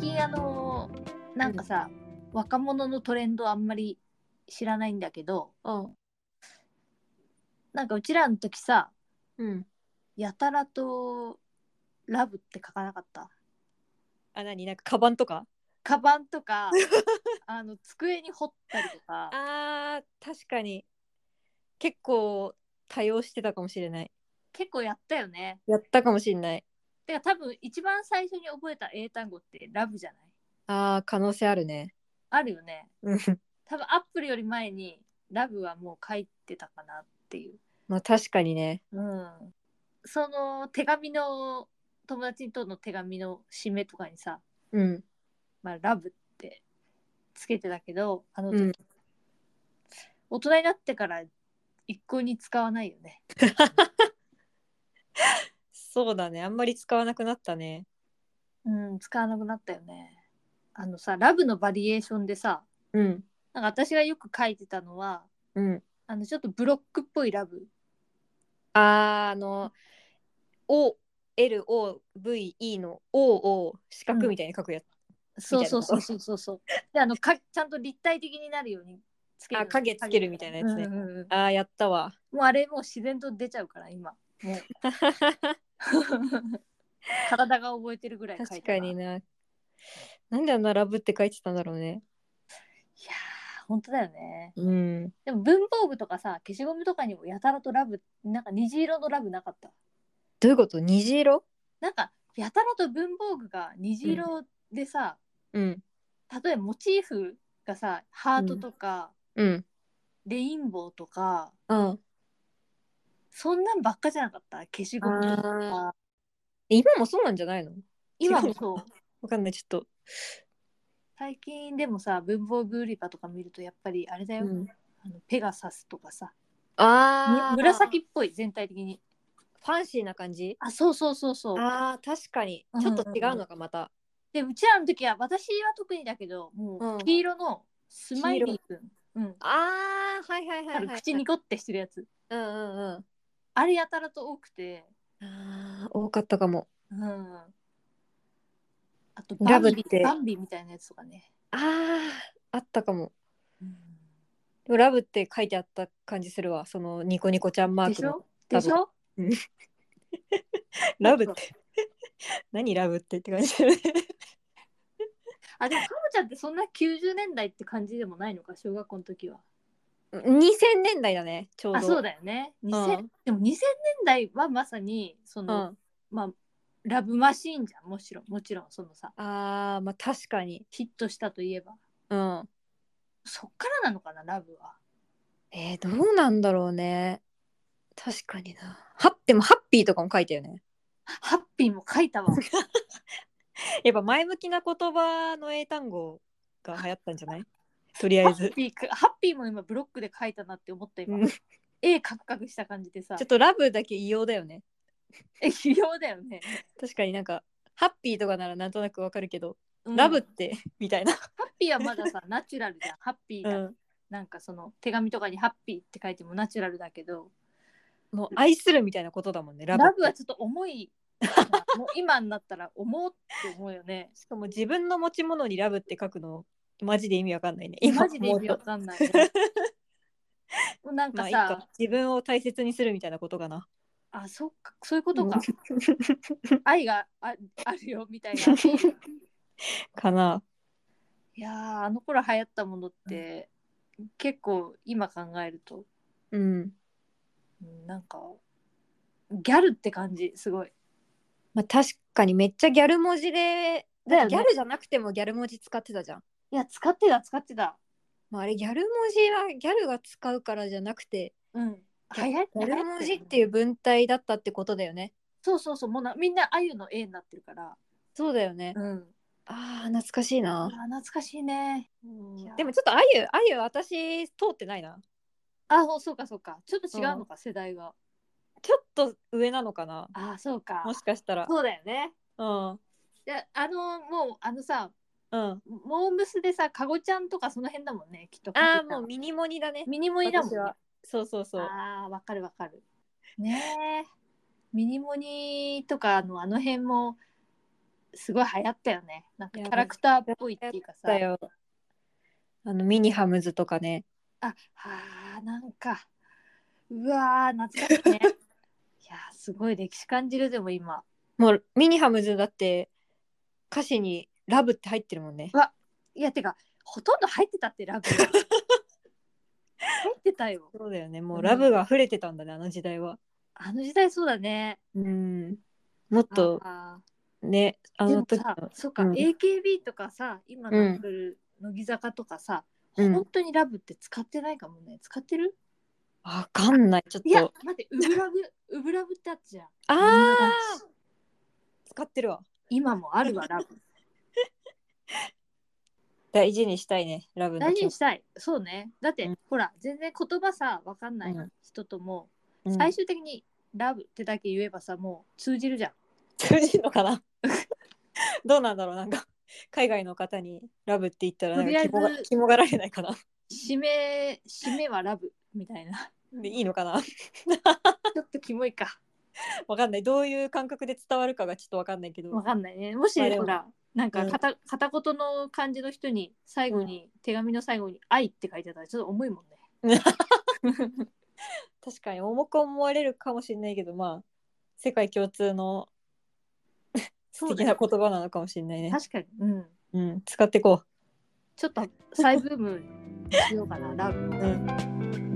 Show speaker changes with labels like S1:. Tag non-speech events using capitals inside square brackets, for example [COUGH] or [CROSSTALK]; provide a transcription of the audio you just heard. S1: 近あのなんかさ、若者のトレンドあんまり知らないんだけど
S2: うん。
S1: なんかうちらの時さ
S2: うん。
S1: やたらとラブって書かなかった
S2: あ、なになんかカバンとか
S1: カバンとかあの机に彫ったりとか
S2: あー、確かに。結構多用してたかもしれない。
S1: 結構やったよね
S2: やったかもしれない。
S1: てか多分一番最初に覚えた英単語ってラブじゃない
S2: あー、可能性あるね。
S1: あるよね
S2: うん。 [LAUGHS]
S1: 多分アップルより前にラブはもう書いてたかなっていう
S2: まあ確かにね。
S1: うん、その手紙の友達との手紙の締めとかにさ
S2: うん。
S1: 「まあ、ラブ」ってつけてたけどあの、
S2: うん
S1: 大人になってから一向に使わないよね。
S2: そうだね。あんまり使わなくなったね。
S1: うん、使わなくなったよね。あのさラブのバリエーションでさ
S2: うん。
S1: なんか私がよく書いてたのは
S2: うん。
S1: あのちょっとブロックっぽいラブ
S2: あー、あの、O、L、O、V、E の O を四角みたいに書くやつ。
S1: そうそうそうそうそうそうであのかちゃんと立体的になるようにつける
S2: あ影つけるみたいなやつね
S1: うんうんうん
S2: あー、やったわ。
S1: もうあれもう自然と出ちゃうから今もう [LAUGHS] 体が覚えてるぐらい書い
S2: 確
S1: たわ
S2: かにな。なんであんなラブって書いてたんだろうね。
S1: いやー本当だよね
S2: うん。
S1: でも文房具とかさ消しゴムとかにもやたらとラブなんか虹色のラブなかった
S2: どういうこと虹色
S1: なんかやたらと文房具が虹色でさ、
S2: うん。
S1: 例えばモチーフがさハートとか、
S2: うん。
S1: レインボーとか
S2: あ
S1: そんなんばっかじゃなかった消しゴムとか
S2: あ。今もそうなんじゃないの
S1: 今も
S2: [LAUGHS]
S1: そう
S2: わかんない、ちょっと。
S1: 最近でもさ文房具売り場とか見るとやっぱりあれだよ、
S2: うん
S1: あのペガサスとかさむ
S2: ああ。
S1: 紫っぽい全体的に
S2: ファンシーな感じ
S1: あそうそうそうそう
S2: あー確かに
S1: うん
S2: ちょっと違うのかまた、
S1: でうちらの時は私は特にだけども
S2: うん
S1: う黄色のスマイリーくん、うん
S2: あーはいはいは
S1: あ
S2: いはい、
S1: る
S2: はい、
S1: 口にこってしてるやつ
S2: うんうんうん
S1: あれやたらと多くて
S2: あー多かったかも
S1: うんあとバ
S2: ラ
S1: ン
S2: ブっ
S1: ビ
S2: て
S1: バンビみたいなやつとかね、
S2: あーあったかもでもラブって書いてあった感じするわそのニコニコちゃんマ
S1: で
S2: ーク
S1: し
S2: の
S1: ょでしょ
S2: ラブって [LAUGHS] 何ラブってって感じだよね
S1: あでもかぼちゃんってそんな90年代って感じでもないのか小学校の時は
S2: 2000年代だねちょうど
S1: あそうだよね2000、
S2: うん
S1: でも2000年代はまさにそ
S2: うん
S1: の、まあラブマシーンじゃんもちろんもちろんそのさ
S2: あーまあ確かに
S1: ヒットしたといえば
S2: うん
S1: そっからなのかなラブは
S2: えー、どうなんだろうね確かになハッでもハッピーとかも書いたよね
S1: ハッピーも書いたわ
S2: やっぱ前向きな言葉の英単語が流行ったんじゃ [LAUGHS] ないとりあ
S1: ハ
S2: えず
S1: ッ。ピーかハッピーも今ブロックで書いたなって思った今
S2: うんち
S1: 絵カクカクした感じでさ
S2: ょっとラブだけ異様だよね。
S1: え非用だよね、
S2: 確かになんか、ハッピーとかならなんとなくわかるけど、
S1: うん
S2: ラブっ
S1: ハ
S2: て [LAUGHS] みたいな。
S1: ッピーはまださ [LAUGHS] ナチュラルじゃんハッピーだ、
S2: うん
S1: なんかその手紙とかにハッピーって書いてもナチュラルだけど
S2: もう愛するみたいなことだもんね、ラ
S1: ラ
S2: ブ
S1: ブ
S2: って。
S1: はちょっと重い [LAUGHS] もう今になったら思うって思うよね
S2: しかも自分の持ち物にラブって書くの、マジで意味わかんないね。
S1: マジで意味わ
S2: 思うと
S1: かんない、ね。もう [LAUGHS] なん
S2: ま
S1: か
S2: あいい
S1: さ、
S2: か。自分を大切にするみたいなことかな。
S1: あそっかそういうことか、
S2: うん
S1: 愛がああるよみたい [LAUGHS] な
S2: かな。
S1: いやーあの頃流行ったものって、結構今考えると
S2: うん。
S1: うんなんかギャルって感じすごい
S2: まあ確かにめっちゃギャル文字で、
S1: だよね
S2: ギャルじゃなくてもギャル文字使ってたじゃん。
S1: いや使ってた使ってた
S2: まあ、あれギャル文字はギャルが使うからじゃなくて
S1: うん流行
S2: ギャル文字って
S1: う
S2: いう文体だったってことだよね。
S1: そうそうそうもうなみんなあゆの絵になってるから
S2: そうだよね。
S1: うん
S2: ああ懐かしい
S1: あ
S2: な。
S1: 懐かしいねいや
S2: でもちょっとあゆあゆ私通ってないな。
S1: あほそうかそうかちょっと違うのか、世代が
S2: ちょっと上なのかな
S1: あそうか
S2: もしかしたら。
S1: そうだよね
S2: うん
S1: いやあのもうあのさ
S2: うん。
S1: モームスでさカゴちゃんとかその辺だもんねきっと
S2: ああもうミニモニだね。
S1: ミニモニだもん、ね
S2: 私、はそうそうそう。
S1: あーわかるわかるねえミニモニとかのあの辺もすごい流行ったよねなんか
S2: い
S1: キャ
S2: や
S1: ラクターっぽいっていうかさ
S2: だよあのミニハムズとかね
S1: あはあなんかうわー懐かしいねいやーすごい歴史感じるでも今
S2: もうミニハムズだって歌詞に「ラブ」って入ってるもんね
S1: いやてかほとんど入ってたってラブ入ってたよ
S2: そうだよね
S1: う
S2: も
S1: ん
S2: うラブが溢れてたんだねあの時代は
S1: あの時代そうだね
S2: うんもっと
S1: あ
S2: ねあ
S1: ーで
S2: の
S1: も
S2: 時
S1: さ
S2: の
S1: そうか、
S2: うん
S1: AKB とかさ今
S2: う
S1: の
S2: ん
S1: 乃木坂とかさ、
S2: うん
S1: 本当にラブって使ってないかもね使ってる
S2: わかんないちょっ
S1: いや
S2: と
S1: 待ってウブラブウブラ [LAUGHS] ブってあったじゃん
S2: あ
S1: 女
S2: あ
S1: 男子
S2: 使ってるわ
S1: 今もあるわラ
S2: [LAUGHS]
S1: ブ
S2: 大事にしたいねラブの
S1: 大事に
S2: し
S1: したいそうねだって、
S2: うん
S1: ほら全然言葉さ分かんない
S2: うん
S1: 人とも、最終的にラブってだけ言えばさもう通じるじゃん
S2: 通じるのかな [LAUGHS] どうなんだろうなんか海外の方にラブって言ったらなん
S1: とり
S2: か
S1: あえ
S2: ひ
S1: ず
S2: もがひもがられないかな
S1: 締め締めはラブみたいな
S2: でいいのか
S1: [LAUGHS]
S2: な
S1: ちょっとキモいか
S2: わかんないどういう感覚で伝わるかがちょっとわかんないけど
S1: わかんないねもし
S2: まあでも
S1: ほらなんか
S2: うん
S1: 片,、片言の感じの人に最後に、手紙の最後に「愛」って書いてたらちょっと重いもんね
S2: 確かに重く思われるかもしれないけどまあ世界共通の [LAUGHS]
S1: そ
S2: 素
S1: うだ
S2: 敵な
S1: よ
S2: 言葉なのかもしれないね、
S1: 確かにうん
S2: うん、使っていこ [LAUGHS]
S1: ちょっと再ブームしようかなラブ
S2: う、うん